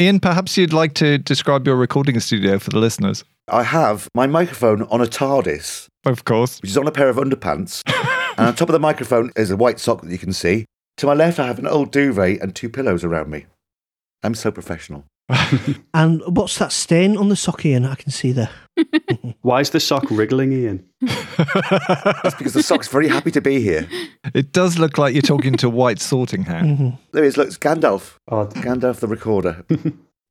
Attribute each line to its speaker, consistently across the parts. Speaker 1: Ian, perhaps you'd like to describe your recording studio for the listeners.
Speaker 2: I have my microphone on a TARDIS,
Speaker 1: Of course.
Speaker 2: which is on a pair of underpants. and on top of the microphone is a white sock that you can see. To my left, I have an old duvet and two pillows around me. I'm so professional.
Speaker 3: And what's that stain on the sock, Ian? I can see there.
Speaker 4: Why is the sock wriggling, Ian?
Speaker 2: That's because the sock's very happy to be here.
Speaker 1: It does look like you're talking to a white sorting hat.
Speaker 3: Mm-hmm.
Speaker 2: There he is, look, it's Gandalf.
Speaker 4: Oh,
Speaker 2: Gandalf the recorder.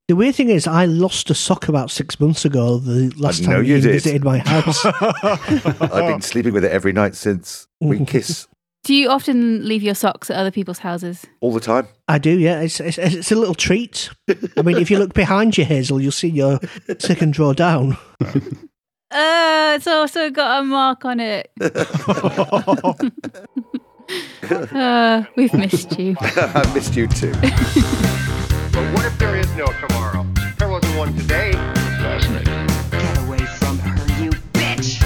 Speaker 3: The weird thing is, I lost a sock about six months ago. The last
Speaker 2: know
Speaker 3: time
Speaker 2: you
Speaker 3: Ian
Speaker 2: did.
Speaker 3: visited my house.
Speaker 2: I've been sleeping with it every night since. We kiss
Speaker 5: Do you often leave your socks at other people's houses?
Speaker 2: all the time.
Speaker 3: I do, yeah. It's, it's it's a little treat. I mean, if you look behind you, Hazel, you'll see your second draw down.
Speaker 5: Uh, it's also got a mark on it. uh, we've missed you.
Speaker 2: I missed you too.
Speaker 6: But what if there is no tomorrow? There wasn't one today.
Speaker 7: Get away from her, you bitch!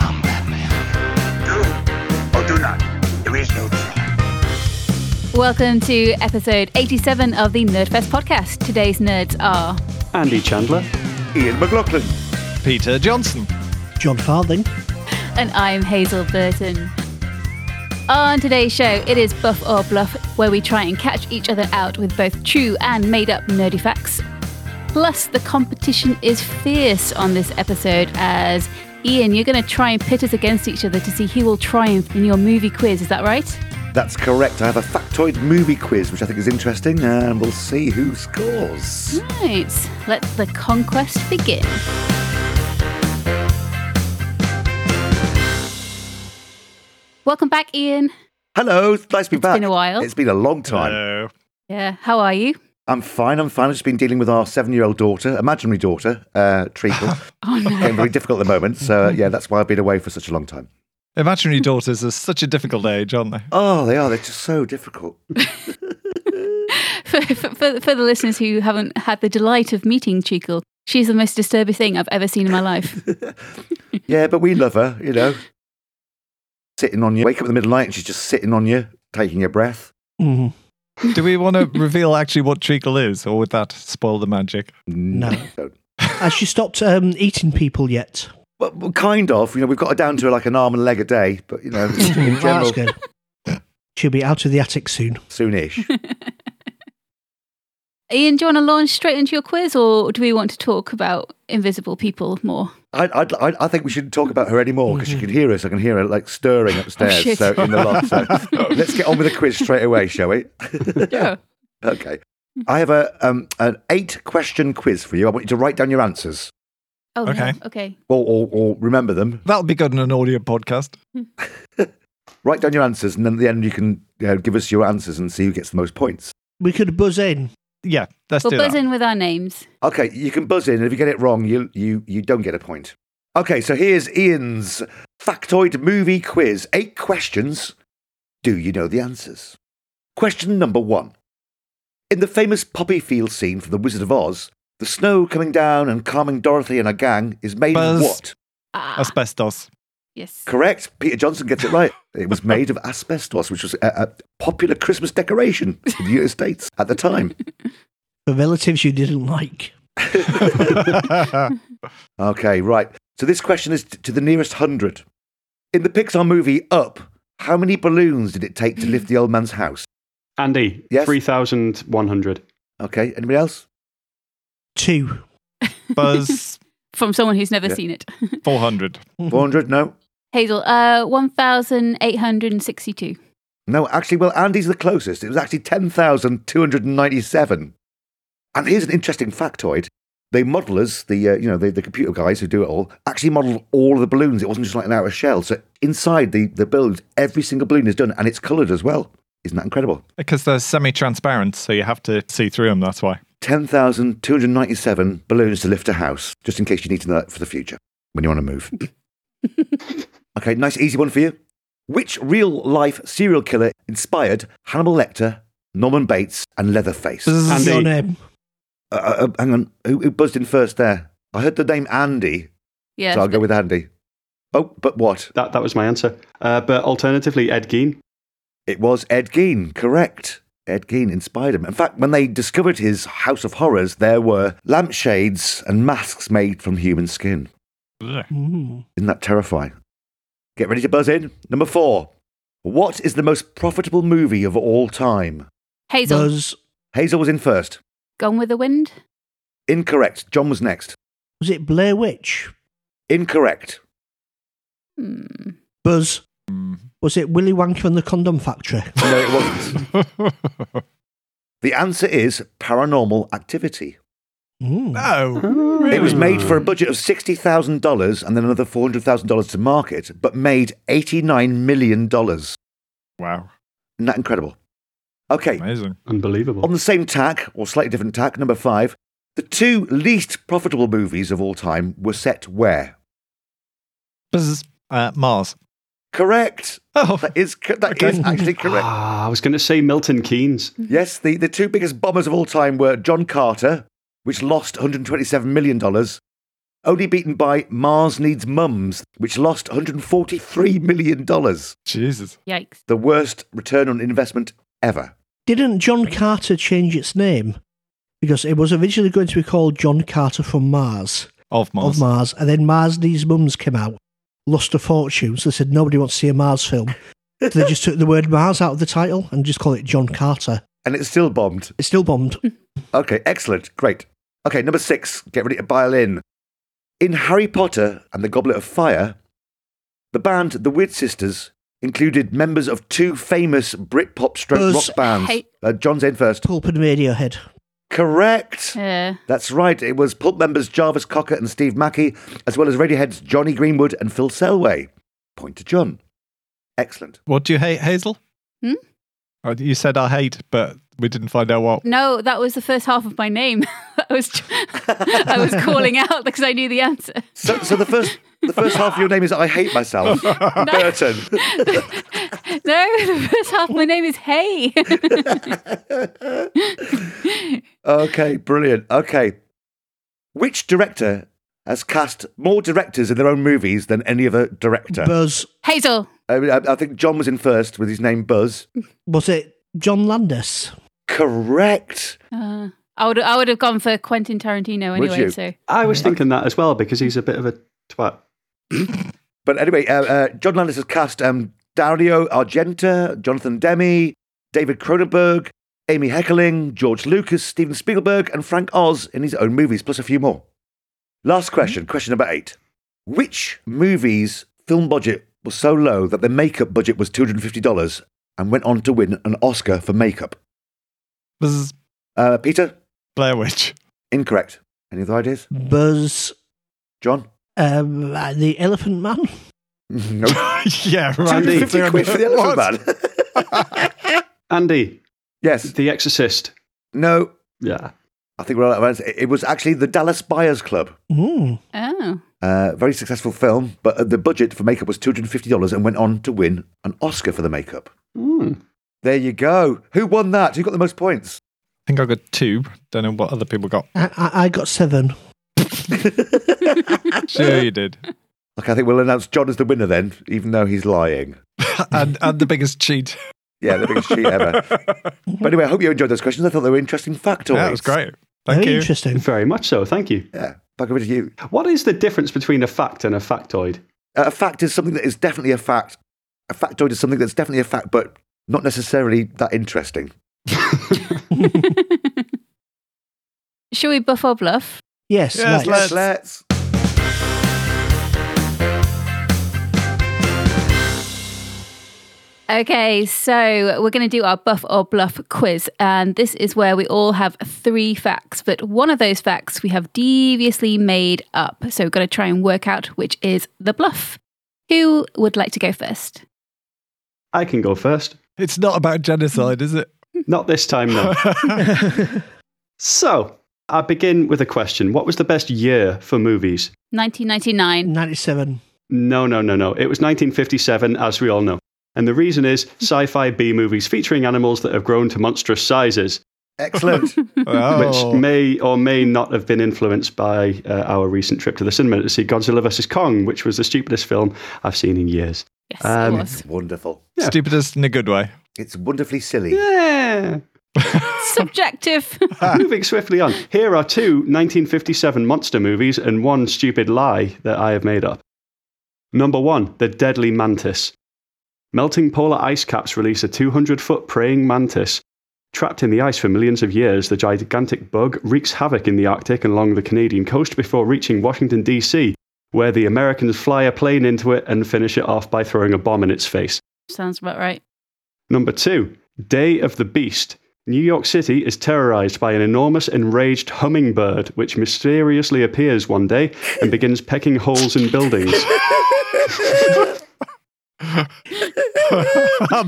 Speaker 7: I'm Batman.
Speaker 8: Do or do not. There is no try.
Speaker 5: Welcome to episode 87 of the Nerdfest podcast. Today's nerds are
Speaker 4: Andy Chandler.
Speaker 2: Ian McLaughlin.
Speaker 1: Peter Johnson.
Speaker 3: John Farthing.
Speaker 5: and I'm Hazel Burton. On today's show, it is Buff or Bluff, where we try and catch each other out with both true and made up nerdy facts. Plus, the competition is fierce on this episode as Ian, you're going to try and pit us against each other to see who will triumph in your movie quiz, is that right?
Speaker 2: That's correct. I have a factoid movie quiz, which I think is interesting, and we'll see who scores.
Speaker 5: Hmm. Right, let the conquest begin. Welcome back, Ian.
Speaker 2: Hello, it's nice to be
Speaker 5: It's
Speaker 2: back.
Speaker 5: been a while.
Speaker 2: It's been a long time.
Speaker 1: Hello.
Speaker 5: Yeah, how are you?
Speaker 2: I'm fine. I'm fine. I've just been dealing with our seven-year-old daughter, imaginary daughter, uh, Treacle.
Speaker 5: Oh no.
Speaker 2: Became very difficult at the moment. So uh, yeah, that's why I've been away for such a long time.
Speaker 1: Imaginary daughters are such a difficult age, aren't they?
Speaker 2: Oh, they are. They're just so difficult.
Speaker 5: for, for, for for the listeners who haven't had the delight of meeting Treacle, she's the most disturbing thing I've ever seen in my life.
Speaker 2: Yeah, but we love her. You know, sitting on you. Wake up in the middle of the night, and she's just sitting on you, taking your breath.
Speaker 3: Mhm.
Speaker 1: Do we want to reveal actually what treacle is, or would that spoil the magic?
Speaker 2: No.
Speaker 3: Has she stopped um, eating people yet?
Speaker 2: Well, well, kind of. You know, we've got her down to like an arm and leg a day, but you know, in
Speaker 3: Well, that's
Speaker 2: general,
Speaker 3: good. She'll be out of the attic soon.
Speaker 2: soonish.
Speaker 5: Ian, do you want to launch straight into your quiz, or do we want to talk about invisible people more?
Speaker 2: I, I'd- I, I think we shouldn't talk about her anymore because she can hear us. I can hear her like
Speaker 3: Oh,
Speaker 2: stirring upstairs,
Speaker 5: shit.
Speaker 2: so in the loft. So let's get on with the quiz straight away, shall we?
Speaker 5: Sure.
Speaker 2: Okay. I have a um, an eight question quiz for you. I want you to write down your answers
Speaker 5: Oh, no.
Speaker 1: Okay.
Speaker 5: Okay.
Speaker 2: or, or, or remember them.
Speaker 1: That'll be good in an audio podcast.
Speaker 2: Write down your answers, and then at the end you can you know, give us your answers and see who gets the most points.
Speaker 3: We could buzz in.
Speaker 1: Yeah, let's
Speaker 5: We'll
Speaker 1: do
Speaker 5: buzz
Speaker 1: that.
Speaker 5: in with our names.
Speaker 2: Okay, you can buzz in, and if you get it wrong, you you you don't get a point. Okay, so here's Ian's factoid movie quiz. Eight questions. Do you know the answers? Question number one. In the famous poppy field scene from The Wizard of Oz, the snow coming down and calming Dorothy and her gang is made
Speaker 1: Buzz.
Speaker 2: of what?
Speaker 5: Ah,
Speaker 1: Asbestos.
Speaker 5: yes.
Speaker 2: Correct. Peter Johnson gets it right. It was made of asbestos, which was a, a popular Christmas decoration in the United States at the time.
Speaker 3: For relatives you didn't like.
Speaker 2: Okay, right. So this question is t- to the nearest hundred. In the Pixar movie Up, how many balloons did it take to lift the old man's house?
Speaker 4: Andy,
Speaker 2: Yes?
Speaker 4: 3,100.
Speaker 2: Okay, anybody else?
Speaker 3: Two.
Speaker 1: Buzz
Speaker 5: From someone who's never
Speaker 2: Yeah.
Speaker 5: seen it.
Speaker 1: 400.
Speaker 2: 400? No?
Speaker 5: Hazel, uh, 1,862.
Speaker 2: No, actually, well, Andy's the closest. It was actually 10,297. And here's an interesting factoid. They modelers, the, uh, you know, the, the computer guys who do it all, actually modeled all of the balloons. It wasn't just like an outer shell. So inside the, the build, every single balloon is done and it's coloured as well. Isn't that incredible?
Speaker 1: Because they're semi transparent, so you have to see through them, that's why.
Speaker 2: 10,297 balloons to lift a house, just in case you need to know that for the future when you want to move. okay, nice easy one for you. Which real life serial killer inspired Hannibal Lecter, Norman Bates, and Leatherface? Uh,
Speaker 3: Buzz
Speaker 4: Andy.
Speaker 3: your name.
Speaker 2: uh, uh, hang on, who, who buzzed in first there? I heard the name Andy,
Speaker 5: Yeah.
Speaker 2: so I'll go with Andy. Oh, but what?
Speaker 4: That, that was my answer. Uh, but alternatively, Ed Gein.
Speaker 2: It was Ed Gein, correct. Ed Gein inspired him. In fact, when they discovered his House of Horrors, there were lampshades and masks made from human skin.
Speaker 3: Mm.
Speaker 2: Isn't that terrifying? Get ready to buzz in. Number four. What is the most profitable movie of all time?
Speaker 5: Hazel,
Speaker 3: Buzz.
Speaker 2: Hazel was in first.
Speaker 5: Gone with the Wind.
Speaker 2: Incorrect. John was next.
Speaker 3: Was it Blair Witch?
Speaker 2: Incorrect.
Speaker 5: Hmm.
Speaker 3: Buzz. Was it Willy Wonka and the Condom Factory?
Speaker 2: No, it wasn't. the answer is Paranormal Activity.
Speaker 3: Mm.
Speaker 1: no.
Speaker 2: It was made for a budget of $60,000 and then another $400,000 to market, but made $89 million. Isn't
Speaker 1: Wow.
Speaker 2: that incredible? Okay,
Speaker 1: Amazing.
Speaker 4: Unbelievable.
Speaker 2: on the same tack, or slightly different tack, number five, the two least profitable movies of all time were set where?
Speaker 1: Buzz. Uh, Mars.
Speaker 2: Correct.
Speaker 1: Oh.
Speaker 2: That is, co- that is actually correct.
Speaker 4: Ah, I was going to say Milton Keynes.
Speaker 2: Yes, the, the two biggest bombers of all time were John Carter, which lost $127 million, only beaten by Mars Needs Mums, which lost $143 million, the
Speaker 1: Jesus.
Speaker 5: Yikes.
Speaker 2: worst return on investment ever.
Speaker 3: Didn't John Carter change its name? Because it was originally going to be called John Carter from Mars,
Speaker 1: Of Mars.
Speaker 3: of Mars, and then Mars Needs Mums came out, lost a fortune, so they said nobody wants to see a Mars film. So they just took the word Mars out of the title and just call it John Carter.
Speaker 2: And it's still bombed.
Speaker 3: It still bombed.
Speaker 2: Okay, excellent. Great. Okay, number six, get ready to dial in. In Harry Potter and the Goblet of Fire, the band The Weird Sisters included members of two famous Britpop stroke
Speaker 3: Buzz.
Speaker 2: rock bands.
Speaker 5: Hey.
Speaker 2: Uh, John's in first.
Speaker 3: Pulp and Radiohead.
Speaker 2: Correct.
Speaker 5: Yeah.
Speaker 2: That's right. It was Pulp members Jarvis Cocker and Steve Mackey, as well as Radiohead's Johnny Greenwood and Phil Selway. Point to John. Excellent.
Speaker 1: What do you hate, Hazel?
Speaker 5: Hmm?
Speaker 1: Oh, You said I hate, but we didn't find out what.
Speaker 5: No, that was the first half of my name. I was I was calling out because I knew the answer.
Speaker 2: So, so the first the first half of your name is I hate myself. Burton.
Speaker 5: No, the first half of my name is Hey.
Speaker 2: Okay, brilliant. Okay. Which director has cast more directors in their own movies than any other director?
Speaker 3: Buzz.
Speaker 5: Hazel.
Speaker 2: I, mean, I, I think John was in first with his name Buzz.
Speaker 3: Was it John Landis?
Speaker 2: Correct.
Speaker 5: Uh, I would I would have gone for Quentin Tarantino
Speaker 2: Would
Speaker 5: anyway.
Speaker 2: you?
Speaker 5: So
Speaker 4: I was thinking that as well because he's a bit of a twat.
Speaker 2: But anyway, uh, uh, John Landis has cast um, Dario Argento, Jonathan Demme, David Cronenberg, Amy Heckerling, George Lucas, Steven Spielberg, and Frank Oz in his own movies, plus a few more. Last question, question number eight. Which movie's film budget was so low that the makeup budget was $250 and went on to win an Oscar for makeup?
Speaker 1: Buzz.
Speaker 2: Uh, Peter,
Speaker 1: Blair Witch.
Speaker 2: incorrect. Any other ideas?
Speaker 3: Buzz.
Speaker 2: John?
Speaker 3: Um, uh, the Elephant Man?
Speaker 2: No.
Speaker 1: yeah,
Speaker 4: Andy.
Speaker 1: right.
Speaker 2: 250 quid for the
Speaker 1: What?
Speaker 2: elephant man.
Speaker 4: Andy,
Speaker 2: yes.
Speaker 4: The Exorcist.
Speaker 2: No.
Speaker 4: Yeah.
Speaker 2: I think we're all out of answers. It was actually the Dallas Buyers Club.
Speaker 3: Mm.
Speaker 5: oh,
Speaker 2: Uh, very successful film, but uh, the budget for makeup was $250 and went on to win an Oscar for the makeup.
Speaker 4: Hmm.
Speaker 2: There you go. Who won that? Who got the most points?
Speaker 1: I think I got two. Don't know what other people got.
Speaker 3: I, I, I got seven.
Speaker 1: Sure, you did.
Speaker 2: Okay, I think we'll announce John as the winner then, even though he's lying.
Speaker 1: and, and the biggest cheat.
Speaker 2: Yeah, the biggest cheat ever. But anyway, I hope you enjoyed those questions. I thought they were interesting factoids.
Speaker 1: That was great. Thank
Speaker 3: Very
Speaker 1: you.
Speaker 3: interesting.
Speaker 4: Very much so. Thank you.
Speaker 2: Yeah, back over to you.
Speaker 4: What is the difference between a fact and a factoid?
Speaker 2: Uh, a fact is something that is definitely a fact. A factoid is something that's definitely a fact, but not necessarily that interesting.
Speaker 5: shall we buff or bluff?
Speaker 3: Yes,
Speaker 1: Yes,
Speaker 3: right.
Speaker 1: Let's-
Speaker 2: let's.
Speaker 5: Okay, so we're going to do our buff or bluff quiz. And this is where we all have three facts, but one of those facts we have deviously made up. So we're going to try and work out which is the bluff. Who would like to go first?
Speaker 4: I can go first.
Speaker 1: It's not about genocide, is it?
Speaker 4: Not this time, though. so, I begin with a question. What was the best year for movies?
Speaker 5: 1999.
Speaker 3: 97.
Speaker 4: No, no, no, no. It was 1957, as we all know. And the reason is sci fi B movies featuring animals that have grown to monstrous sizes,
Speaker 2: Excellent.
Speaker 1: Oh.
Speaker 4: which may or may not have been influenced by uh, our recent trip to the cinema to see Godzilla vs. Kong, which was the stupidest film I've seen in years.
Speaker 5: Yes,
Speaker 4: Um,
Speaker 5: it was.
Speaker 2: Wonderful.
Speaker 4: Yeah.
Speaker 1: Stupidest in a good way.
Speaker 2: It's wonderfully silly.
Speaker 4: Yeah.
Speaker 5: Subjective.
Speaker 4: Moving swiftly on, here are two 1957 monster movies and one stupid lie that I have made up. Number one, The Deadly Mantis. Melting polar ice caps release a 200 foot praying mantis. Trapped in the ice for millions of years, the gigantic bug wreaks havoc in the Arctic and along the Canadian coast before reaching Washington, D.C., where the Americans fly a plane into it and finish it off by throwing a bomb in its face.
Speaker 5: Sounds about right.
Speaker 4: Number two, Day of the Beast. New York City is terrorized by an enormous enraged hummingbird, which mysteriously appears one day and begins pecking holes in buildings.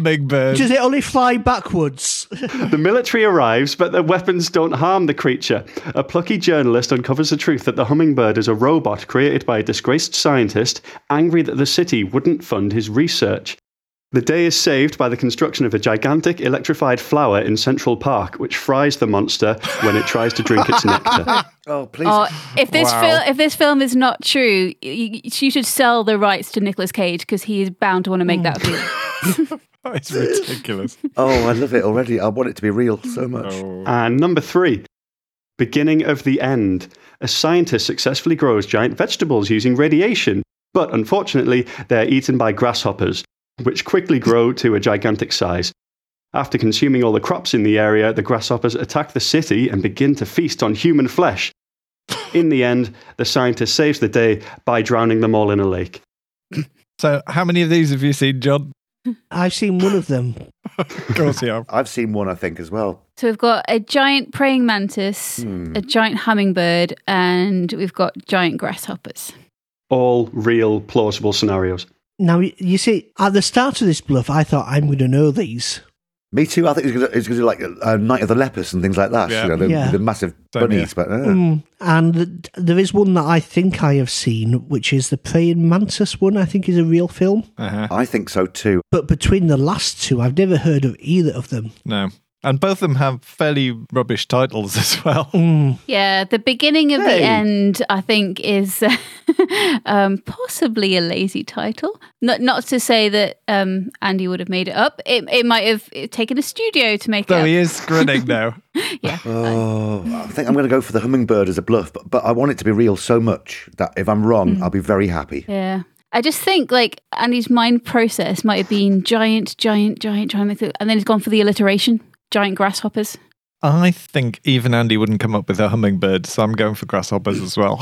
Speaker 1: Big bird.
Speaker 3: Does it only fly backwards?
Speaker 4: The military arrives, but their weapons don't harm the creature. A plucky journalist uncovers the truth that the hummingbird is a robot created by a disgraced scientist, angry that the city wouldn't fund his research. The day is saved by the construction of a gigantic electrified flower in Central Park, which fries the monster when it tries to drink its nectar.
Speaker 2: Oh, please.
Speaker 5: Oh, if this
Speaker 1: Wow.
Speaker 5: film, if this film is not true, you, you should sell the rights to Nicolas Cage because he is bound to want to make that
Speaker 1: Hmm.
Speaker 5: film.
Speaker 1: It's ridiculous. Oh.
Speaker 2: Oh, I love it already. I want it to be real so much.
Speaker 4: And Uh, number three, beginning of the end. A scientist successfully grows giant vegetables using radiation, but unfortunately, they're eaten by grasshoppers, which quickly grow to a gigantic size. After consuming all the crops in the area, the grasshoppers attack the city and begin to feast on human flesh. In the end, the scientist saves the day by drowning them all in a lake.
Speaker 1: So, how many of these have you seen, John?
Speaker 3: I've seen one of them.
Speaker 1: Of course you have.
Speaker 2: I've seen one, I think, as well.
Speaker 5: So we've got a giant praying mantis,
Speaker 1: Hmm.
Speaker 5: a giant hummingbird, and we've got giant grasshoppers.
Speaker 4: All real, plausible scenarios.
Speaker 3: Now, y- you see, at the start of this bluff, I thought I'm going to know these.
Speaker 2: Me too. I think it's going to be like uh, Night of the Lepus and things like that.
Speaker 1: Yeah.
Speaker 2: You know, the,
Speaker 3: Yeah.
Speaker 2: the massive
Speaker 1: Same here.
Speaker 2: bunnies. But uh,
Speaker 3: Mm, and th- there is one that I think I have seen, which is the Praying Mantis one, I think is a real film.
Speaker 1: Uh-huh.
Speaker 2: I think so too.
Speaker 3: But between the last two, I've never heard of either of them.
Speaker 1: No. And both of them have fairly rubbish titles as well.
Speaker 3: Mm,
Speaker 5: Yeah, the beginning of
Speaker 4: Hey.
Speaker 5: the end, I think, is um, possibly a lazy title. Not not to say that um, Andy would have made it up. It, it might have taken a studio to make
Speaker 1: Though he
Speaker 5: it.
Speaker 1: is grinning now.
Speaker 5: Up. Yeah,
Speaker 2: Oh, I think I'm going to go for the hummingbird as a bluff, but, but I want it to be real so much that if I'm wrong,
Speaker 5: Mm.
Speaker 2: I'll be very happy.
Speaker 5: yeah. I just think like Andy's mind process might have been giant, giant, giant, giant, and then he's gone for the alliteration, giant grasshoppers.
Speaker 1: I think even Andy wouldn't come up with a hummingbird, so I'm going for grasshoppers as well.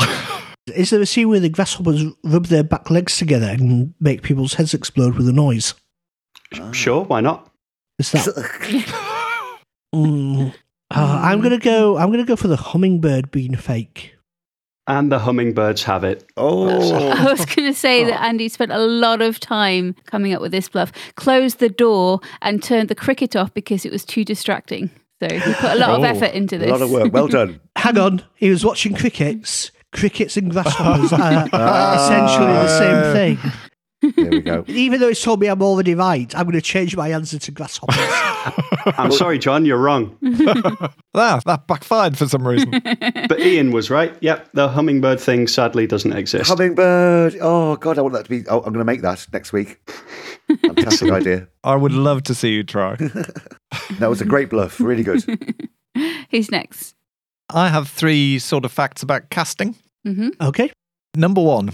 Speaker 3: Is there a scene where the grasshoppers rub their back legs together and make people's heads explode with a noise?
Speaker 4: Sure, why not?
Speaker 3: Is that? Mm. Uh, I'm gonna go. I'm gonna go for the hummingbird being fake.
Speaker 4: And the hummingbirds have it.
Speaker 2: Oh,
Speaker 5: I was going to say that Andy spent a lot of time coming up with this bluff. Closed the door and turned the cricket off because it was too distracting. So he put a lot of
Speaker 1: Oh,
Speaker 5: effort into
Speaker 2: a
Speaker 5: this.
Speaker 2: lot of work. Well done.
Speaker 3: Hang on, he was watching crickets. Crickets and grasshoppers are essentially the same thing.
Speaker 2: There we go.
Speaker 3: Even though it's told me I'm already right, I'm going to change my answer to grasshoppers.
Speaker 4: I'm sorry, John, you're wrong.
Speaker 1: ah, that backfired for some reason.
Speaker 4: But Ian was right. Yep, the hummingbird thing sadly doesn't exist.
Speaker 2: Hummingbird. Oh God, I want that to be. Oh, I'm going to make that next week. Fantastic idea.
Speaker 1: I would love to see you try.
Speaker 2: That was a great bluff. Really good.
Speaker 5: Who's next?
Speaker 1: I have three sort of facts about casting.
Speaker 5: hmm
Speaker 3: okay.
Speaker 1: Number one,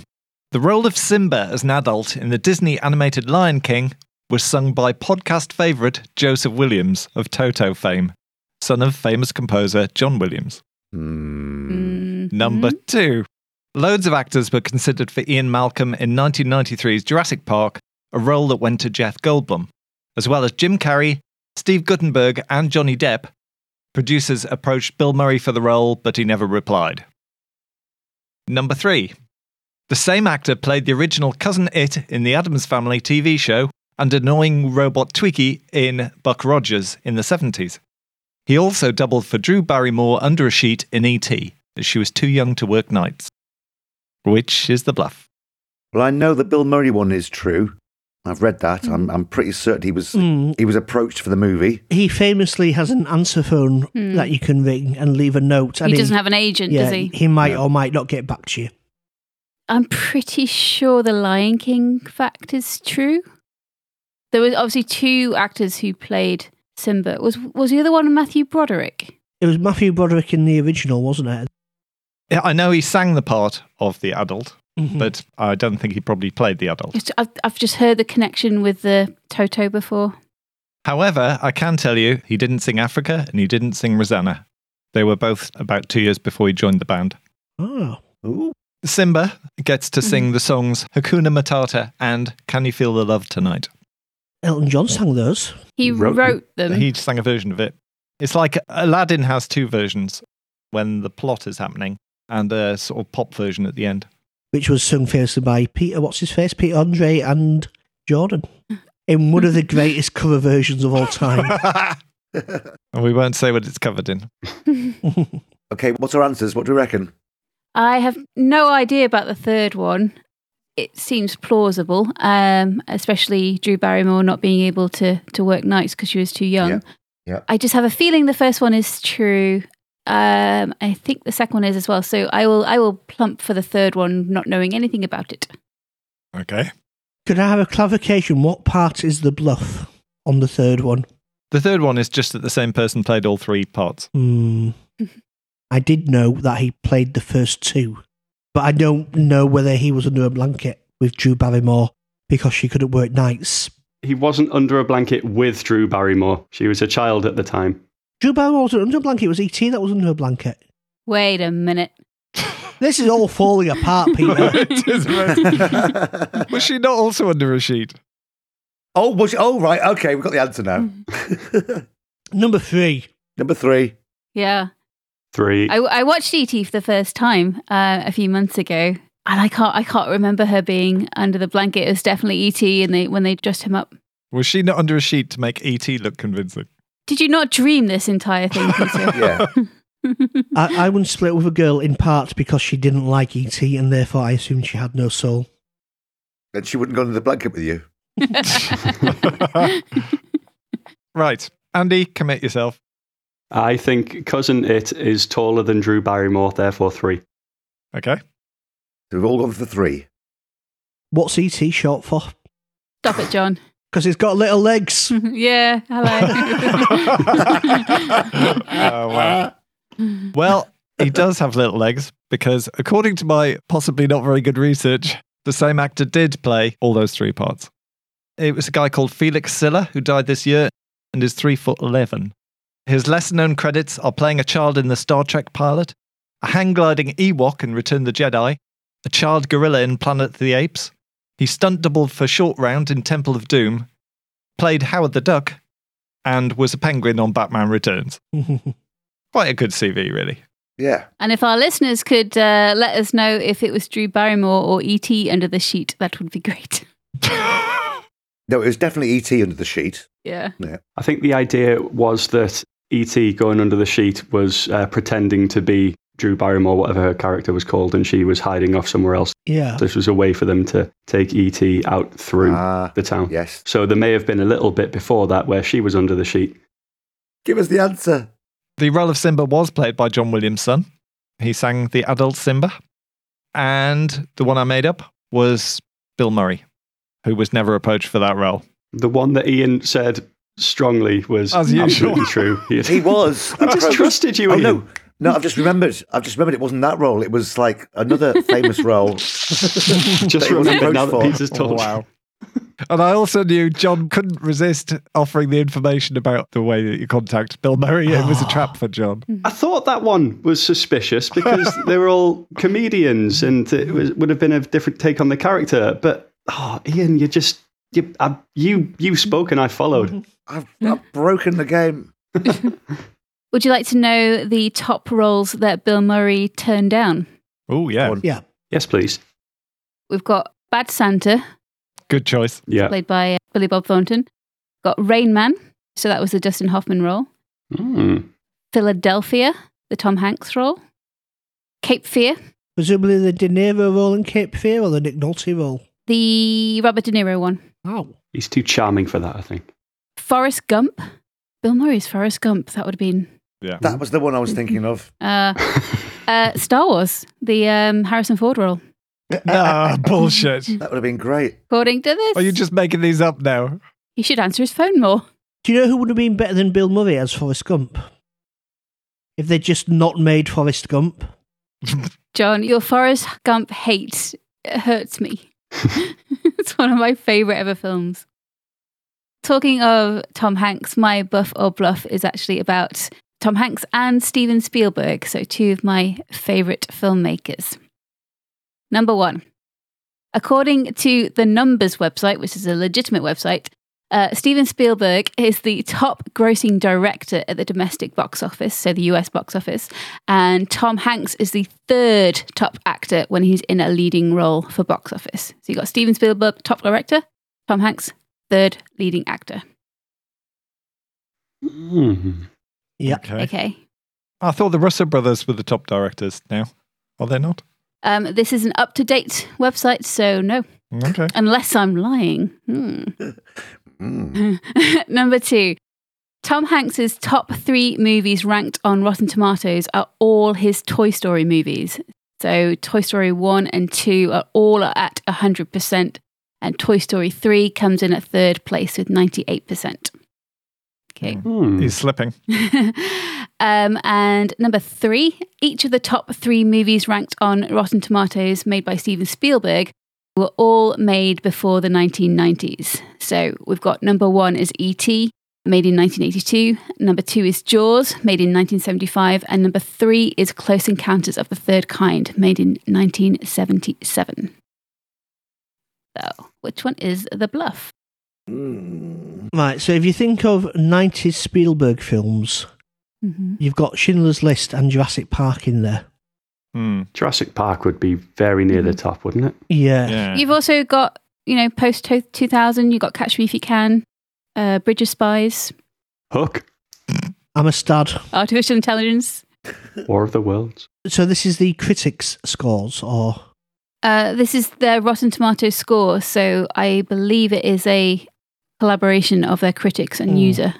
Speaker 1: the role of Simba as an adult in the Disney animated Lion King was sung by podcast favourite Joseph Williams of Toto fame, son of famous composer John Williams.
Speaker 2: Hmm.
Speaker 5: Mm.
Speaker 1: Number two, loads of actors were considered for Ian Malcolm in 1993's Jurassic Park, a role that went to Jeff Goldblum, as well as Jim Carrey, Steve Guttenberg, and Johnny Depp. Producers approached Bill Murray for the role, but he never replied. Number three, the same actor played the original cousin It in the Addams Family TV show and annoying robot Twiggy in Buck Rogers in the 70s. He also doubled for Drew Barrymore under a sheet in E.T., as she was too young to work nights. Which is the bluff.
Speaker 2: Well, I know the Bill Murray one is true. I've read that. I'm, I'm pretty certain he was
Speaker 3: Mm.
Speaker 2: he was approached for the movie.
Speaker 3: He famously has an answer phone
Speaker 5: Hmm.
Speaker 3: that you can ring and leave a note. And
Speaker 5: He doesn't have an agent,
Speaker 3: yeah,
Speaker 5: does he?
Speaker 3: might
Speaker 2: No.
Speaker 3: or might not get back to you.
Speaker 5: I'm pretty sure the Lion King fact is true. There was obviously two actors who played Simba. Was was the other one Matthew Broderick?
Speaker 3: It was Matthew Broderick in the original, wasn't it?
Speaker 1: Yeah, I know he sang the part of the adult,
Speaker 3: Mhm.
Speaker 1: but I don't think he probably played the adult.
Speaker 5: Just- I've, I've just heard the connection with the Toto before.
Speaker 1: However, I can tell you he didn't sing Africa and he didn't sing Rosanna. They were both about two years before he joined the band.
Speaker 3: Oh,
Speaker 2: Ooh.
Speaker 1: Simba gets to sing the songs Hakuna Matata and Can You Feel the Love Tonight.
Speaker 3: Elton John sang those.
Speaker 5: He
Speaker 4: Wrote
Speaker 5: wrote,
Speaker 4: them.
Speaker 5: them.
Speaker 1: He sang a version of it. It's like Aladdin has two versions when the plot is happening and a sort of pop version at the end.
Speaker 3: which was sung famously by Peter, what's his face, Peter Andre and Jordan, in one of the greatest cover versions of all time.
Speaker 1: and we won't say what it's covered in.
Speaker 2: Okay, what's our answers? What do we reckon?
Speaker 5: I have no idea about the third one. It seems plausible, um, especially Drew Barrymore not being able to to work nights because she was too young.
Speaker 2: Yeah. Yeah.
Speaker 5: I just have a feeling the first one is true. Um, I think the second one is as well. So I will I will plump for the third one, not knowing anything about it.
Speaker 1: Okay.
Speaker 3: Could I have a clarification? What part is the bluff on the third one?
Speaker 1: The third one is just that the same person played all three parts.
Speaker 3: Hmm. I did know that he played the first two, but I don't know whether he was under a blanket with Drew Barrymore because she couldn't work nights.
Speaker 4: He wasn't under a blanket with Drew Barrymore. She was a child at the time.
Speaker 3: Drew Barrymore wasn't under a blanket, it was E.T. that was under a blanket.
Speaker 5: Wait a minute.
Speaker 3: This is all falling apart, Peter.
Speaker 1: It is amazing. was she not also under a sheet?
Speaker 2: oh, was, oh, right. Okay, we've got the answer now.
Speaker 3: Number three.
Speaker 2: Number three.
Speaker 5: Yeah.
Speaker 4: Three.
Speaker 5: I, I watched ET for the first time uh, a few months ago, and I can't I can't remember her being under the blanket. It was definitely ET, and they when they dressed him up.
Speaker 1: Was she not under a sheet to make ET look convincing?
Speaker 5: Did you not dream this entire thing, Peter?
Speaker 2: Yeah.
Speaker 3: I, I wouldn't split with a girl in part because she didn't like ET and therefore I assumed she had no soul.
Speaker 2: then she wouldn't go under the blanket with you.
Speaker 1: Right. Andy, commit yourself.
Speaker 4: I think cousin it is taller than Drew Barrymore, therefore three.
Speaker 1: Okay.
Speaker 2: So we've all gone for three.
Speaker 3: What's ET short for?
Speaker 5: Stop it, John.
Speaker 3: Because it's got little legs.
Speaker 5: yeah. Hello.
Speaker 1: Oh, wow. Well, he does have little legs because, according to my possibly not very good research, the same actor did play all those three parts. It was a guy called Felix Siller who died this year and is 3 foot 11. His lesser known credits are playing a child in the Star Trek pilot, a hang gliding Ewok in Return of the Jedi, a child gorilla in Planet of the Apes. He stunt doubled for Short Round in Temple of Doom, played Howard the Duck, and was a penguin on Batman Returns. Quite a good CV, really.
Speaker 2: Yeah.
Speaker 5: and if our listeners could uh, let us know if it was Drew Barrymore or ET under the sheet, that would be great.
Speaker 2: No, it was definitely ET under the sheet.
Speaker 5: Yeah.
Speaker 4: I think the idea was that E.T. going under the sheet was uh, pretending to be Drew Barrymore, whatever her character was called, and she was hiding off somewhere else.
Speaker 3: yeah.
Speaker 4: This was a way for them to take E.T. out through
Speaker 2: Ah,
Speaker 4: the town.
Speaker 2: yes.
Speaker 4: So there may have been a little bit before that where she was under the sheet.
Speaker 2: Give us the answer.
Speaker 1: The role of Simba was played by John Williamson. He sang the adult Simba. And the one I made up was Bill Murray, who was never approached for that role.
Speaker 4: The one that Ian said strongly was
Speaker 1: As usual.
Speaker 4: absolutely true.
Speaker 2: He was.
Speaker 4: I just
Speaker 2: approached-
Speaker 4: trusted you,
Speaker 2: Oh,
Speaker 4: Ian.
Speaker 2: no. No, I've just remembered. I've just remembered it wasn't that role. It was like another famous role.
Speaker 4: Just
Speaker 2: He wasn't
Speaker 4: remember now that
Speaker 2: approached for.
Speaker 4: Peter's told you.
Speaker 1: And I also knew John couldn't resist offering the information about the way that you contact Bill Murray. It was a trap for John.
Speaker 4: I thought that one was suspicious because they were all comedians and it was, would have been a different take on the character. But oh, Ian, you just you I, you you spoke and I followed.
Speaker 2: I've, I've broken the game.
Speaker 5: Would you like to know the top roles that Bill Murray turned down?
Speaker 1: Oh, yeah.
Speaker 3: Yeah.
Speaker 4: Yes, please.
Speaker 5: We've got Bad Santa,
Speaker 1: Good choice.
Speaker 4: Yeah.
Speaker 5: played by uh, Billy Bob Thornton. Got Rain Man, so that was the Dustin Hoffman role.
Speaker 4: Mm.
Speaker 5: Philadelphia, the Tom Hanks role. Cape Fear,
Speaker 3: Presumably the De Niro role in Cape Fear or the Nick Nolte role.
Speaker 5: the Robert De Niro one.
Speaker 3: Wow.
Speaker 4: He's too charming for that, I think.
Speaker 5: Forrest Gump, Bill Murray's Forrest Gump. That would have been
Speaker 1: Yeah.
Speaker 2: That was the one I was thinking of.
Speaker 5: uh, uh, Star Wars, the um, Harrison Ford role.
Speaker 1: no, bullshit.
Speaker 2: That would have been great.
Speaker 5: According to this,
Speaker 1: Are you just making these up now?
Speaker 5: he should answer his phone more.
Speaker 3: Do you know who would have been better than Bill Murray as Forrest Gump? If they'd just not made Forrest Gump.
Speaker 5: John, your Forrest Gump hate it hurts me. it's one of my favourite ever films. Talking of Tom Hanks, my buff or bluff is actually about Tom Hanks and Steven Spielberg, so two of my favourite filmmakers. Number one, according to the Numbers website, which is a legitimate website, uh, Steven Spielberg is the top grossing director at the domestic box office, so the US box office, and Tom Hanks is the third top actor when he's in a leading role for box office. So you got Steven Spielberg, top director, Tom Hanks, third leading actor.
Speaker 4: Hmm.
Speaker 3: Yeah.
Speaker 1: Okay.
Speaker 5: Okay.
Speaker 1: I thought the Russo brothers were the top directors now. Are they not?
Speaker 5: Um, this is an up to date website, so no,
Speaker 1: Okay.
Speaker 5: unless I'm lying. Hmm.
Speaker 2: Mm.
Speaker 5: Number two. Tom Hanks's top three movies ranked on Rotten Tomatoes are all his Toy Story movies. So Toy Story 1 and 2 are all at 100%, and Toy Story 3 comes in at third place with 98%. Okay.
Speaker 4: Hmm.
Speaker 1: He's slipping.
Speaker 5: um, and number three, each of the top three movies ranked on Rotten Tomatoes made by Steven Spielberg were all made before the 1990s. So we've got number one is E.T., made in 1982, number two is Jaws, made in 1975, and number three is Close Encounters of the Third Kind, made in 1977. So, which one is the bluff?
Speaker 3: Right, so if you think of 90s Spielberg films,
Speaker 5: Mm-hmm.
Speaker 3: you've got Schindler's List and Jurassic Park in there.
Speaker 1: Hmm.
Speaker 4: Jurassic Park would be very near
Speaker 2: Mm-hmm.
Speaker 4: the top, wouldn't it?
Speaker 3: Yeah.
Speaker 1: Yeah.
Speaker 5: You've also got, you know, post 2000, you've got Catch Me If You Can, uh, Bridge of Spies,
Speaker 4: Hook,
Speaker 3: I'm a stud.
Speaker 5: Artificial Intelligence.
Speaker 4: War of the Worlds.
Speaker 3: So this is the critics' scores, or
Speaker 5: Uh, this is their Rotten Tomatoes score, so I believe it is a collaboration of their critics and
Speaker 3: Mm.
Speaker 5: user.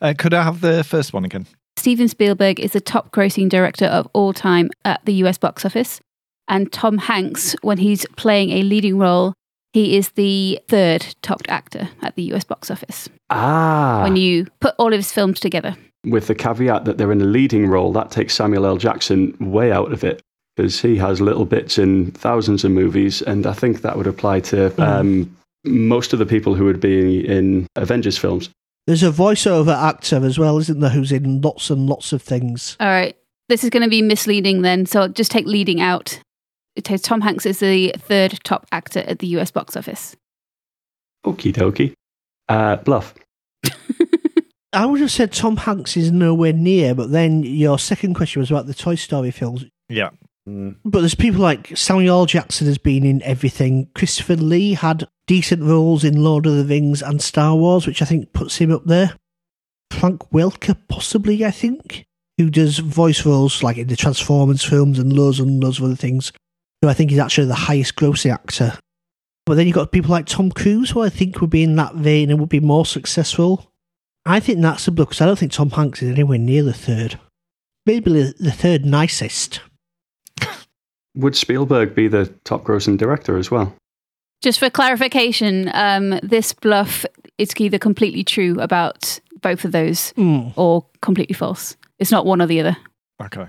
Speaker 1: Uh, could I have the first one again?
Speaker 5: Steven Spielberg is the top grossing director of all time at the US box office. And Tom Hanks, when he's playing a leading role, he is the third top actor at the US box office.
Speaker 4: Ah.
Speaker 5: When you put all of his films together.
Speaker 4: with the caveat that they're in a leading role, that takes Samuel L. Jackson way out of it because he has little bits in thousands of movies, and I think that would apply to um, most of the people who would be in Avengers films.
Speaker 3: there's a voiceover actor as well, isn't there? Who's in lots and lots of things.
Speaker 5: All right. This is going to be misleading then. So just take leading out. It takes Tom Hanks is the third top actor at the US box office.
Speaker 4: Okie dokie. Uh, bluff.
Speaker 3: I would have said Tom Hanks is nowhere near, but then your second question was about the Toy Story films.
Speaker 1: Yeah.
Speaker 2: Mm.
Speaker 3: But there's people like Samuel L. Jackson has been in everything. Christopher Lee had decent roles in Lord of the Rings and Star Wars, which I think puts him up there. Frank Welker, possibly, I think, who does voice roles like in the Transformers films and loads and loads of other things, who I think is actually the highest grossing actor. But then you've got people like Tom Cruise, who I think would be in that vein and would be more successful. I think that's a blow because I don't think Tom Hanks is anywhere near the third. Maybe the- the third nicest.
Speaker 4: Would Spielberg be the top grossing director as well?
Speaker 5: Just for clarification, um, this bluff is either completely true about both of those
Speaker 3: Hmm.
Speaker 5: or completely false. It's not one or the other.
Speaker 1: Okay.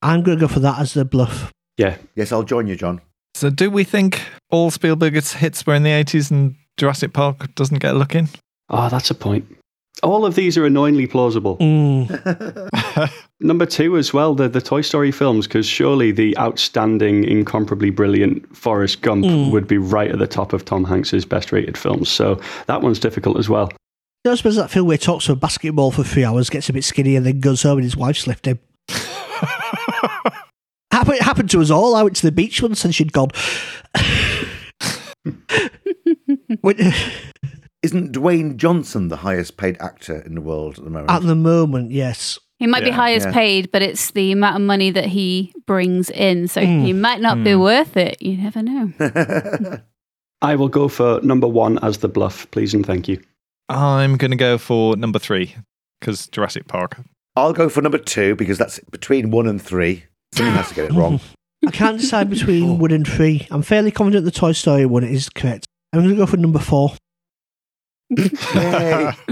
Speaker 3: I'm going to go for that as the bluff.
Speaker 4: Yeah.
Speaker 2: Yes, I'll join you, John.
Speaker 1: So, do we think all Spielberg's hits were in the 80s and Jurassic Park doesn't get a look in?
Speaker 4: Oh, that's a point. All of these are annoyingly plausible.
Speaker 3: Mm.
Speaker 4: Number two as well, the, the Toy Story films, because surely the outstanding, incomparably brilliant Forrest Gump
Speaker 3: Mm.
Speaker 4: would be right at the top of Tom Hanks's best rated films. So that one's difficult as well.
Speaker 3: I suppose that film where he talks about basketball for three hours, gets a bit skinny, and then goes home and his wife's left him. Happen- It happened to us all. I went to the beach once and she'd gone. When-
Speaker 2: Isn't Dwayne Johnson the highest paid actor in the world at the moment?
Speaker 3: At the moment, yes.
Speaker 5: He might be
Speaker 1: Yeah,
Speaker 5: highest
Speaker 2: yeah.
Speaker 5: paid, but it's the amount of money that he brings in. So
Speaker 3: Mm.
Speaker 5: he might not be
Speaker 1: Mm.
Speaker 5: worth it. You never know.
Speaker 4: I will go for number one as the bluff, please and thank you.
Speaker 1: I'm going to go for number three because Jurassic Park.
Speaker 2: I'll go for number two because that's between one and three. Someone has to get it wrong.
Speaker 3: I can't decide between one and three. I'm fairly confident the Toy Story one is correct. I'm going to go for number four.
Speaker 2: Yay.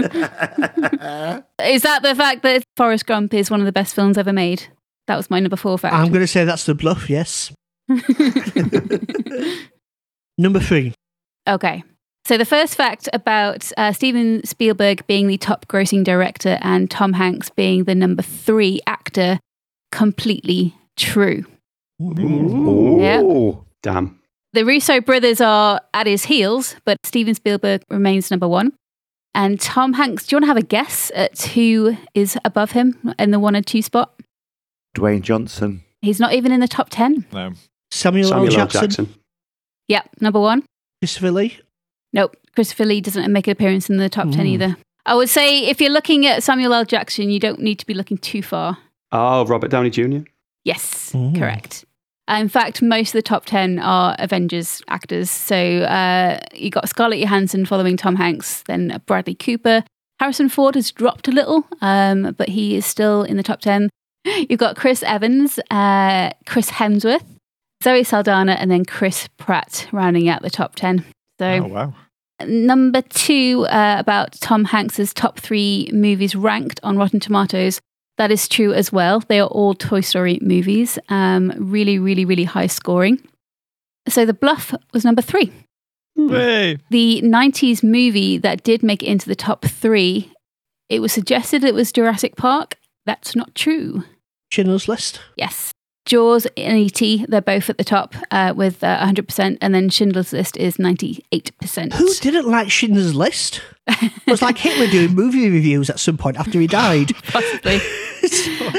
Speaker 5: Is that the fact that Forrest Gump is one of the best films ever made? That was my number four fact.
Speaker 3: I'm going to say that's the bluff, yes. Number three.
Speaker 5: Okay. So the first fact about uh, Steven Spielberg being the top grossing director and Tom Hanks being the number three actor completely true. Yeah.
Speaker 2: Ooh.
Speaker 4: Damn.
Speaker 5: The Russo brothers are at his heels, but Steven Spielberg remains number one. And Tom Hanks, do you want to have a guess at who is above him in the one and two spot?
Speaker 2: Dwayne Johnson.
Speaker 5: He's not even in the top 10.
Speaker 1: No.
Speaker 3: Samuel,
Speaker 4: Samuel
Speaker 3: L.
Speaker 4: L.
Speaker 3: Jackson,
Speaker 4: Jackson.
Speaker 5: Yep, number one.
Speaker 3: Christopher Lee.
Speaker 5: Nope, Christopher Lee doesn't make an appearance in the top 10
Speaker 1: Mm.
Speaker 5: either. I would say if you're looking at Samuel L. Jackson, you don't need to be looking too far.
Speaker 4: Oh, Robert Downey Jr.
Speaker 5: Yes,
Speaker 3: Mm.
Speaker 5: correct. Uh, In fact, most of the top 10 are Avengers actors. So uh, you got Scarlett Johansson following Tom Hanks, then Bradley Cooper. Harrison Ford has dropped a little, um, but he is still in the top 10. You've got Chris Evans, uh, Chris Hemsworth, Zoe Saldana, and then Chris Pratt rounding out the top 10. So
Speaker 1: Oh, wow.
Speaker 5: number two uh, about Tom Hanks's top three movies ranked on Rotten Tomatoes. That is true as well. They are all Toy Story movies. Um, really, really, really high scoring. So The Bluff was number three.
Speaker 4: Hmm.
Speaker 1: Hey.
Speaker 5: The 90s movie that did make it into the top three, it was suggested it was Jurassic Park. That's not true.
Speaker 3: Schindler's List.
Speaker 5: Yes. Jaws and E.T., they're both at the top uh, with uh, 100%, and then Schindler's List is 98%.
Speaker 3: Who didn't like Schindler's List? It was like Hitler doing movie reviews at some point after he died.
Speaker 5: possibly.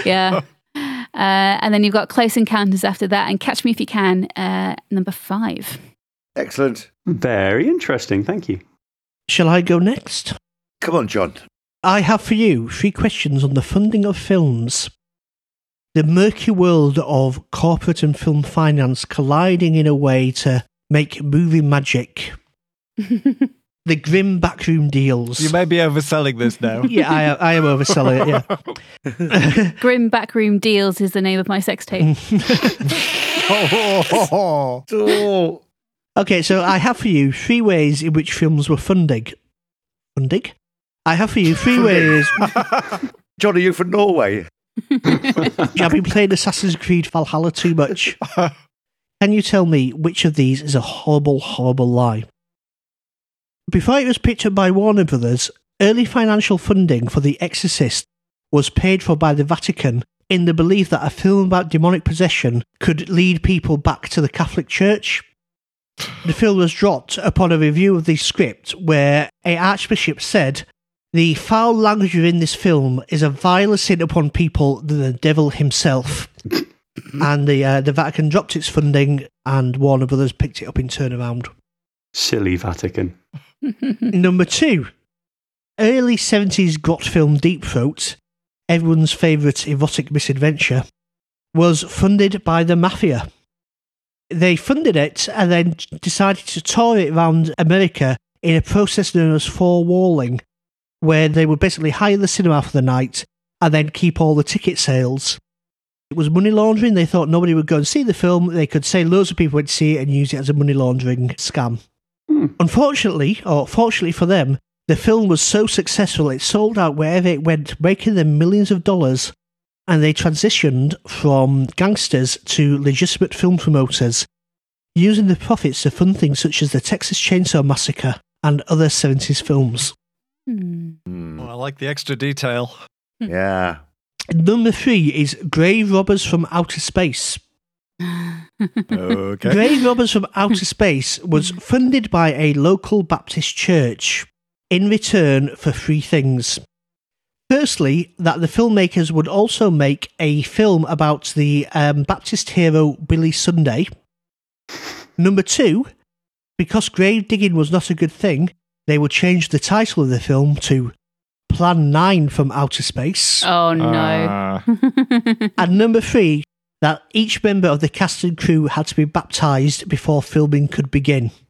Speaker 5: yeah. Uh, and then you've got Close Encounters after that, and Catch Me If You Can, uh, number five.
Speaker 2: Excellent.
Speaker 4: Very interesting. Thank you.
Speaker 3: Shall I go next?
Speaker 2: Come on, John.
Speaker 3: I have for you three questions on the funding of films. The murky world of corporate and film finance colliding in a way to make movie magic. the grim backroom deals.
Speaker 1: You may be overselling this now.
Speaker 3: yeah, I, am- I am overselling it, yeah.
Speaker 5: Grim Backroom Deals is the name of my sex tape.
Speaker 1: oh,
Speaker 2: So,
Speaker 3: Okay, so I have for you three ways in which films were funding. Funding? I have for you three ways.
Speaker 2: John, are you from Norway?
Speaker 3: I've been playing Assassin's Creed Valhalla too much. Can you tell me which of these is a horrible, horrible lie? Before it was picked up by Warner Brothers, early financial funding for The Exorcist was paid for by the Vatican in the belief that a film about demonic possession could lead people back to the Catholic Church. The film was dropped upon a review of the script where a archbishop said, The foul language within this film is a viler sin upon people than the devil himself. and the, uh, the Vatican dropped its funding and Warner Brothers picked it up in turnaround.
Speaker 4: Silly Vatican.
Speaker 3: Number two, early 70s got film Deep Throat, everyone's favourite erotic misadventure, was funded by the mafia. They funded it and then decided to tour it around America in a process known as four walling, where they would basically hire the cinema for the night and then keep all the ticket sales. It was money laundering. They thought nobody would go and see the film. They could say loads of people would see it and use it as a money laundering scam. Unfortunately, or fortunately for them, the film was so successful it sold out wherever it went, making them millions of dollars. And they transitioned from gangsters to legitimate film promoters, using the profits to fund things such as the Texas Chainsaw Massacre and other 70s films.
Speaker 5: Hmm.
Speaker 1: Well, Oh, I like the extra detail.
Speaker 2: Yeah.
Speaker 3: Number three is Grave Robbers from Outer Space.
Speaker 1: Okay.
Speaker 3: Grave Robbers from Outer Space was funded by a local Baptist church in return for three things. Firstly, that the filmmakers would also make a film about the um, Baptist hero Billy Sunday. Number two, because grave digging was not a good thing, they would change the title of the film to Plan 9 from Outer Space.
Speaker 5: Oh, no.
Speaker 1: Ah.
Speaker 3: And number three, that each member of the cast and crew had to be baptised before filming could begin.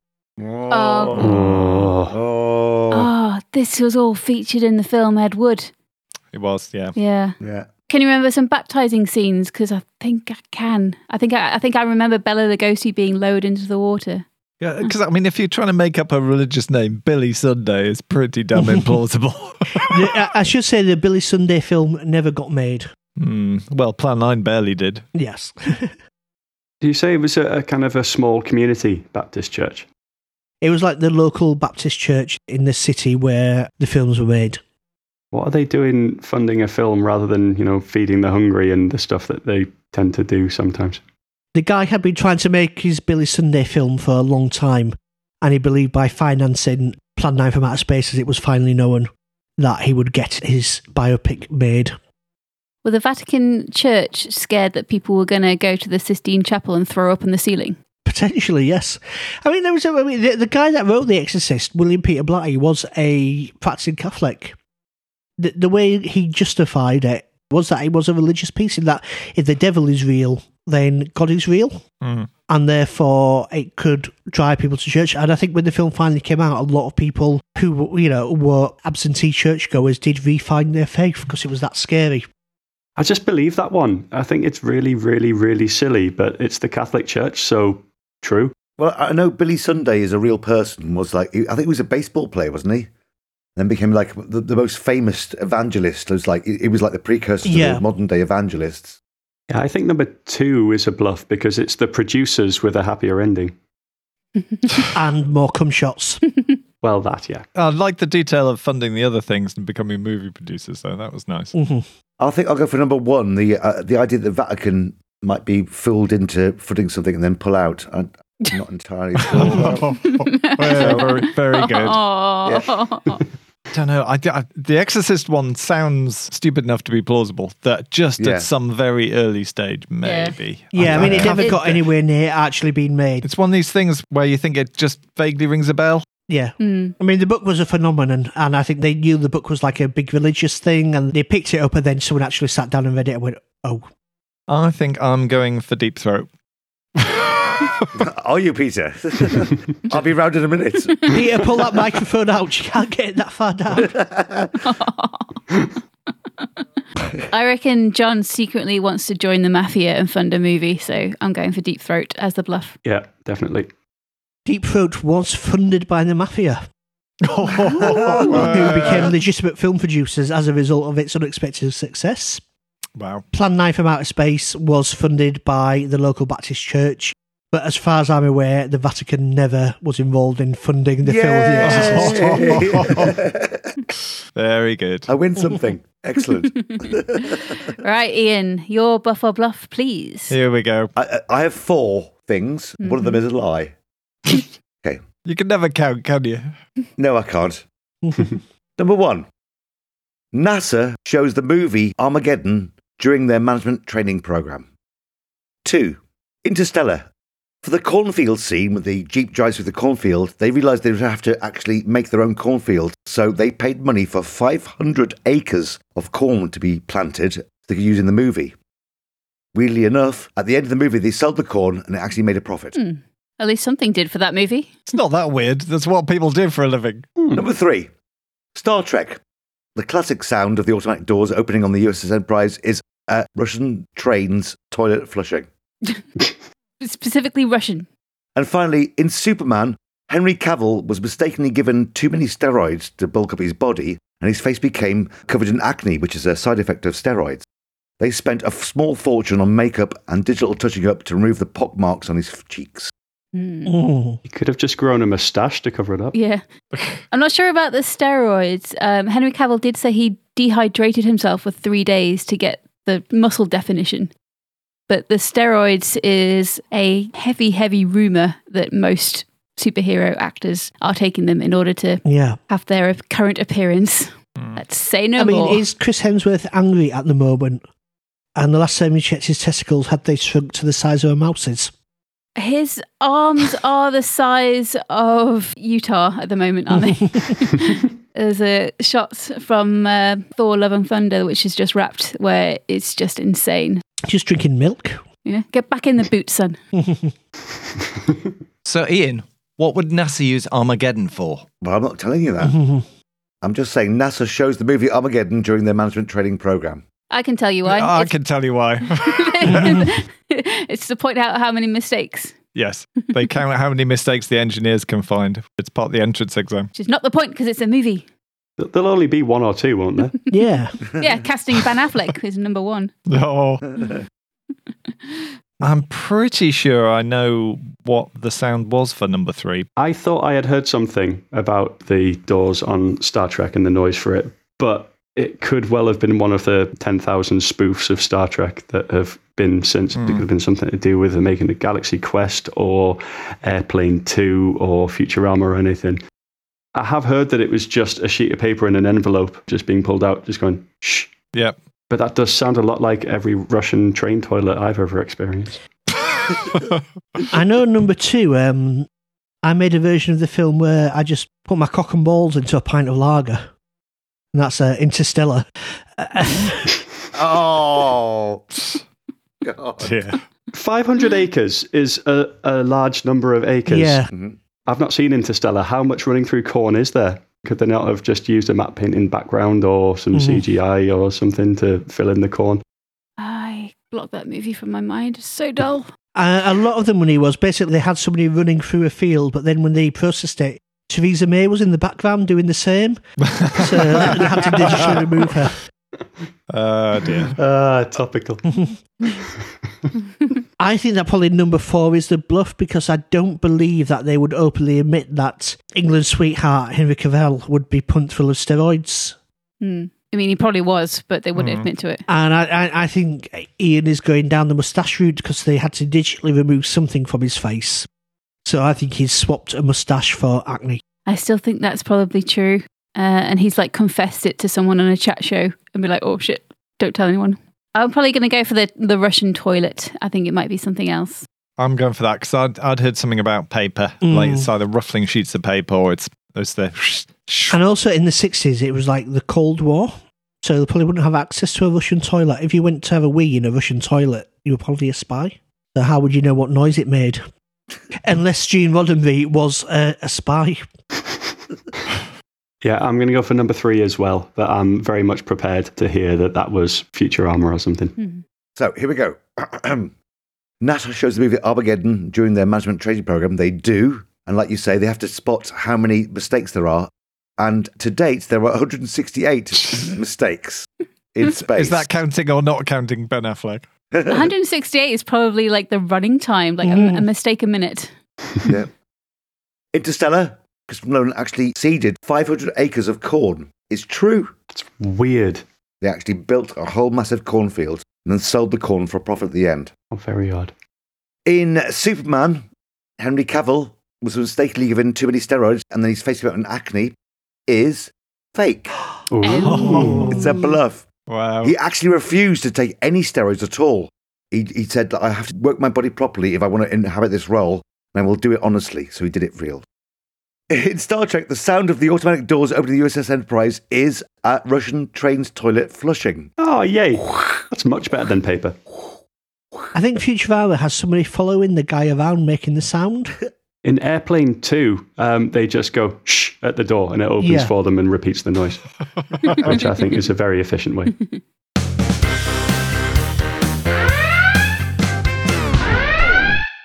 Speaker 5: Oh.
Speaker 4: Oh.
Speaker 2: Oh.
Speaker 5: oh, this was all featured in the film Ed Wood.
Speaker 1: it was, yeah.
Speaker 5: Yeah.
Speaker 2: Yeah.
Speaker 5: Can you remember some baptizing scenes? Because I think I can. I think I, I think I remember Bella Lugosi being lowered into the water.
Speaker 1: Yeah, because I mean, if you're trying to make up a religious name, Billy Sunday is pretty damn implausible.
Speaker 3: The- I- I should say the Billy Sunday film never got made.
Speaker 1: Hmm. well, Plan 9 barely did.
Speaker 3: Yes.
Speaker 4: You say it was a, a kind of a small community Baptist church.
Speaker 3: it was like the local Baptist church in the city where the films were made.
Speaker 4: What are they doing funding a film rather than, you know, feeding the hungry and the stuff that they tend to do sometimes?
Speaker 3: The guy had been trying to make his Billy Sunday film for a long time, and he believed by financing Plan 9 from Outer Space, as it was finally known, that he would get his biopic made.
Speaker 5: Were the Vatican Church scared that people were going to go to the Sistine Chapel and throw up on the ceiling?
Speaker 3: Potentially, yes. I mean, there was a, I mean, the, the guy that wrote The Exorcist, William Peter Blatty, was a practicing Catholic. The, the way he justified it was that it was a religious piece in that if the devil is real, then God is real,
Speaker 1: Mm.
Speaker 3: and therefore it could drive people to church. And I think when the film finally came out, a lot of people who were, you know were absentee churchgoers did re-find their faith because it was that scary.
Speaker 4: I just believe that one. I think it's really, really, really silly, but it's the Catholic Church, so true.
Speaker 2: Well, I know Billy Sunday is a real person. Was like I think he was a baseball player, wasn't he? Then became like the, the most famous evangelist. It was like it was like the precursor to
Speaker 3: Yeah.
Speaker 2: the modern day evangelists.
Speaker 4: Yeah, I think number two is a bluff because it's the producers with a happier ending.
Speaker 3: and more cum shots.
Speaker 4: Well, that, yeah.
Speaker 1: I like the detail of funding the other things and becoming movie producers, though. That was nice.
Speaker 3: hmm
Speaker 2: I think I'll go for number one. The uh, the idea that the Vatican might be fooled into footing something and then pull out. I'm not entirely sure. about.
Speaker 1: Yeah, very, very good.
Speaker 3: Oh.
Speaker 5: Aw.
Speaker 1: don't know. I, I- the Exorcist one sounds stupid enough to be plausible. That just
Speaker 2: Yeah.
Speaker 1: at some very early stage, maybe.
Speaker 3: Yeah, I, mean, it
Speaker 1: don't
Speaker 3: never
Speaker 1: know.
Speaker 3: got anywhere near actually being made.
Speaker 1: It's one of these things where you think it just vaguely rings a bell.
Speaker 3: Yeah.
Speaker 5: Hmm.
Speaker 3: I mean, the book was a phenomenon, and I think they knew the book was like a big religious thing, and they picked it up, and then someone actually sat down and read it and went, "Oh,
Speaker 1: I think I'm going for Deep Throat.
Speaker 2: Are you Peter? I'll be round in a minute.
Speaker 3: Peter, pull that microphone out. You can't get it that far down."
Speaker 5: I reckon John secretly wants to join the mafia and fund a movie, so I'm going for Deep Throat as the bluff.
Speaker 4: Yeah, definitely.
Speaker 3: Deep Throat was funded by the mafia,
Speaker 1: Oh,
Speaker 3: who
Speaker 1: who
Speaker 3: became legitimate film producers as a result of its unexpected success.
Speaker 1: Wow.
Speaker 3: Plan 9 from Outer Space was funded by the local Baptist church, but as far as I'm aware, the Vatican never was involved in funding the film of The Exorcist.
Speaker 2: Yay!
Speaker 1: Very good.
Speaker 2: I win something. Excellent.
Speaker 5: Right, Ian, your buff or bluff, please.
Speaker 1: Here we go.
Speaker 2: I, I- I have four things. One of them is a lie.
Speaker 1: You can never count, can you?
Speaker 2: No, I can't. Number one NASA shows the movie Armageddon during their management training program. Two, Interstellar. For the cornfield scene, when the Jeep drives through the cornfield, they realised they would have to actually make their own cornfield. So they paid money for 500 acres of corn to be planted that they could use in the movie. Weirdly enough, at the end of the movie, they sold the corn and it actually made a profit.
Speaker 5: At least something did for that movie.
Speaker 1: It's not that weird. That's what people do for a living.
Speaker 2: Number three, Star Trek. The classic sound of the automatic doors opening on the USS Enterprise is uh, Russian trains toilet flushing.
Speaker 5: Specifically Russian.
Speaker 2: And finally, in Superman, Henry Cavill was mistakenly given too many steroids to bulk up his body, and his face became covered in acne, which is a side effect of steroids. They spent a f- small fortune on makeup and digital touching up to remove the pock marks on his f- cheeks.
Speaker 5: Hmm.
Speaker 3: Mm.
Speaker 4: You could have just grown a mustache to cover it up.
Speaker 5: Yeah. I'm not sure about the steroids. Um, Henry Cavill did say he dehydrated himself for three days to get the muscle definition. But the steroids is a heavy, heavy rumor that most superhero actors are taking them in order to
Speaker 3: Yeah.
Speaker 5: have their current appearance. Let's say no
Speaker 3: I mean,
Speaker 5: more.
Speaker 3: is Chris Hemsworth angry at the moment? And the last time you checked his testicles, had they shrunk to the size of a mouse's?
Speaker 5: His arms are the size of Utah at the moment, aren't they? There's a shot from uh, Thor: Love and Thunder, which is just wrapped, where it's just insane.
Speaker 3: Just drinking milk.
Speaker 5: Yeah, get back in the boot, son.
Speaker 1: So, Ian, what would NASA use Armageddon for?
Speaker 2: Well, I'm not telling you
Speaker 3: Mm-hmm.
Speaker 2: that. I'm just saying NASA shows the movie Armageddon during their management training program.
Speaker 5: I can tell you why.
Speaker 1: I
Speaker 5: It's-
Speaker 1: can tell you why.
Speaker 5: it's to point out how many mistakes.
Speaker 1: Yes. They count how many mistakes the engineers can find. It's part of the entrance exam.
Speaker 5: Which is not the point because it's a movie.
Speaker 4: Th- There'll only be one or two, won't there?
Speaker 3: Yeah.
Speaker 5: Yeah, casting Van Affleck is number one.
Speaker 1: No. Oh. I'm pretty sure I know what the sound was for number three.
Speaker 4: I thought I had heard something about the doors on Star Trek and the noise for it, but it could well have been one of the 10,000 spoofs of Star Trek that have been since. It could have been something to do with the making of Galaxy Quest or Airplane 2 or Futurama or anything. I have heard that it was just a sheet of paper in an envelope just being pulled out, just going, shh.
Speaker 1: Yep.
Speaker 4: But that does sound a lot like every Russian train toilet I've ever experienced.
Speaker 3: I know number two, um, I made a version of the film where I just put my cock and balls into a pint of lager. And that's uh, Interstellar.
Speaker 2: Oh. God.
Speaker 1: yeah.
Speaker 4: 500 acres is a, a large number of acres.
Speaker 3: Yeah.
Speaker 4: I've not seen Interstellar. How much running through corn is there? Could they not have just used a matte painting background or some
Speaker 3: Mhm.
Speaker 4: CGI or something to fill in the corn?
Speaker 5: I blocked that movie from my mind. It's so dull.
Speaker 3: Uh, a lot of the money was basically they had somebody running through a field, but then when they processed it, Theresa May was in the background doing the same. So they had to digitally remove her.
Speaker 1: Oh, dear.
Speaker 4: Ah, topical.
Speaker 5: Hmm.
Speaker 3: I think that probably number four is the bluff because I don't believe that they would openly admit that England's sweetheart, Henry Cavell, would be pumped full of steroids.
Speaker 5: Hmm. I mean, he probably was, but they wouldn't
Speaker 1: Hmm.
Speaker 5: admit to it.
Speaker 3: And I, I, I think Ian is going down the moustache route because they had to digitally remove something from his face. So I think he's swapped a moustache for acne.
Speaker 5: I still think that's probably true. Uh, and he's like confessed it to someone on a chat show and be like, oh shit, don't tell anyone. I'm probably going to go for the, the Russian toilet. I think it might be something else.
Speaker 1: I'm going for that because I'd, I'd heard something about paper.
Speaker 3: Mm.
Speaker 1: Like it's either ruffling sheets of paper or it's, it's the.
Speaker 3: And also in the 60s, it was like the Cold War. So they probably wouldn't have access to a Russian toilet. If you went to have a wee in a Russian toilet, you were probably a spy. So how would you know what noise it made? Unless Gene Roddenberry was uh, a spy.
Speaker 4: Yeah, I'm going to go for number three as well, but I'm very much prepared to hear that that was Futurama or something.
Speaker 2: So here we go. NASA shows the movie Armageddon during their management training program. They do. And like you say, they have to spot how many mistakes there are. And to date, there were 168 mistakes in space.
Speaker 1: Is that counting or not counting Ben Affleck?
Speaker 5: 168 is probably like the running time, like a, a mistake a minute.
Speaker 2: yeah. Interstellar, because Nolan actually seeded 500 acres of corn. It's true.
Speaker 4: It's weird.
Speaker 2: They actually built a whole massive cornfield and then sold the corn for a profit at the end.
Speaker 4: Oh, very odd.
Speaker 2: In Superman, Henry Cavill was mistakenly given too many steroids and then he's facing about an acne is fake.
Speaker 4: Ooh.
Speaker 5: Oh.
Speaker 2: It's a bluff.
Speaker 1: Wow.
Speaker 2: He actually refused to take any steroids at all. He, he said, that I have to work my body properly if I want to inhabit this role, and I will do it honestly. So he did it real. In Star Trek, the sound of the automatic doors opening the USS Enterprise is a Russian train's toilet flushing.
Speaker 4: Oh, yay. That's much better than paper.
Speaker 3: I think Futurama has somebody following the guy around making the sound.
Speaker 4: In Airplane 2, um, they just go shh at the door and it opens
Speaker 3: Yeah.
Speaker 4: for them and repeats the noise, which I think is a very efficient way.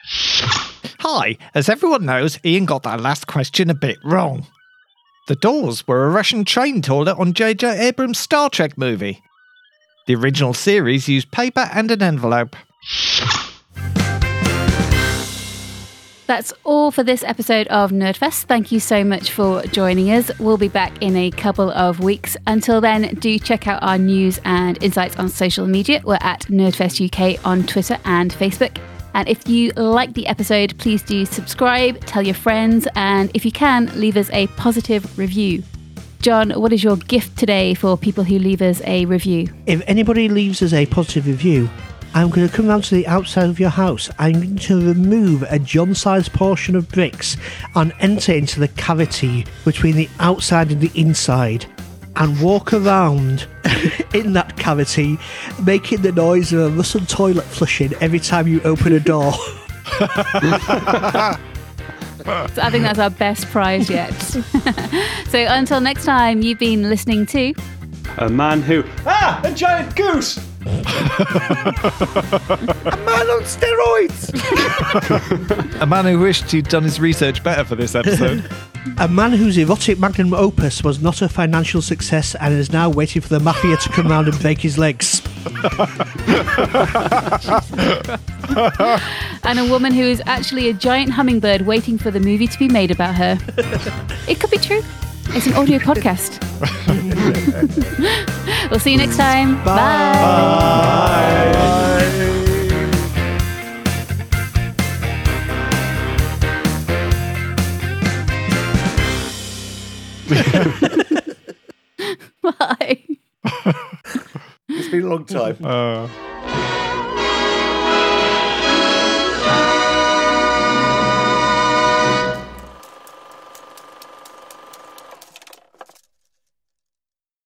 Speaker 1: Hi, as everyone knows, Ian got that last question a bit wrong. The doors were a Russian train toilet on J.J. Abrams' Star Trek movie. The original series used paper and an envelope.
Speaker 5: That's all for this episode of Nerdfest. Thank you so much for joining us. We'll be back in a couple of weeks. Until then, do check out our news and insights on social media. We're at Nerdfest UK on Twitter and Facebook. And if you like the episode, please do subscribe, tell your friends, and if you can, leave us a positive review. John, what is your gift today for people who leave us a review?
Speaker 3: If anybody leaves us a positive review, I'm going to come round to the outside of your house. I'm going to remove a John sized portion of bricks and enter into the cavity between the outside and the inside and walk around in that cavity, making the noise of a Russian toilet flushing every time you open a door.
Speaker 5: So I think that's our best prize yet. so until next time, you've been listening to.
Speaker 4: A man who. Ah! A giant goose!
Speaker 2: A man on steroids!
Speaker 1: A man who wished he'd done his research better for this episode.
Speaker 3: A man whose erotic magnum opus was not a financial success and is now waiting for the mafia to come round and break his legs.
Speaker 5: and a woman who is actually a giant hummingbird waiting for the movie to be made about her. it could be true. It's an audio podcast. we'll see you next time. Bye. Bye.
Speaker 2: it's been a long time.
Speaker 1: Uh.